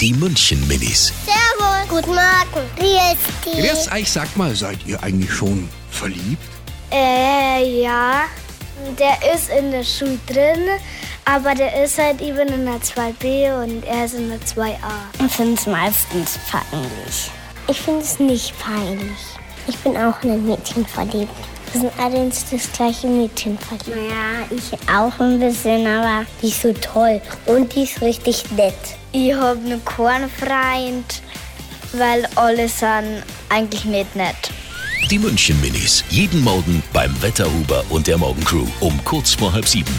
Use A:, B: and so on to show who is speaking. A: Die München Minis.
B: Servus. Guten Morgen. Wie ist die?
C: Jetzt, ich sag mal, seid ihr eigentlich schon verliebt?
B: Äh, ja. Der ist in der Schule drin, aber der ist halt eben in der 2b und er ist in der 2a.
D: Ich finde es meistens peinlich.
E: Ich finde es nicht peinlich. Ich bin auch in ein Mädchen verliebt. Wir sind alle ins das gleiche Mädchen verliebt.
D: Naja, ich auch ein bisschen, aber die ist so toll und die ist richtig nett.
F: Ich habe einen Kornfreund, weil alle sind eigentlich nicht nett.
A: Die München Minis. Jeden Morgen beim Wetterhuber und der Morgencrew um kurz vor halb sieben.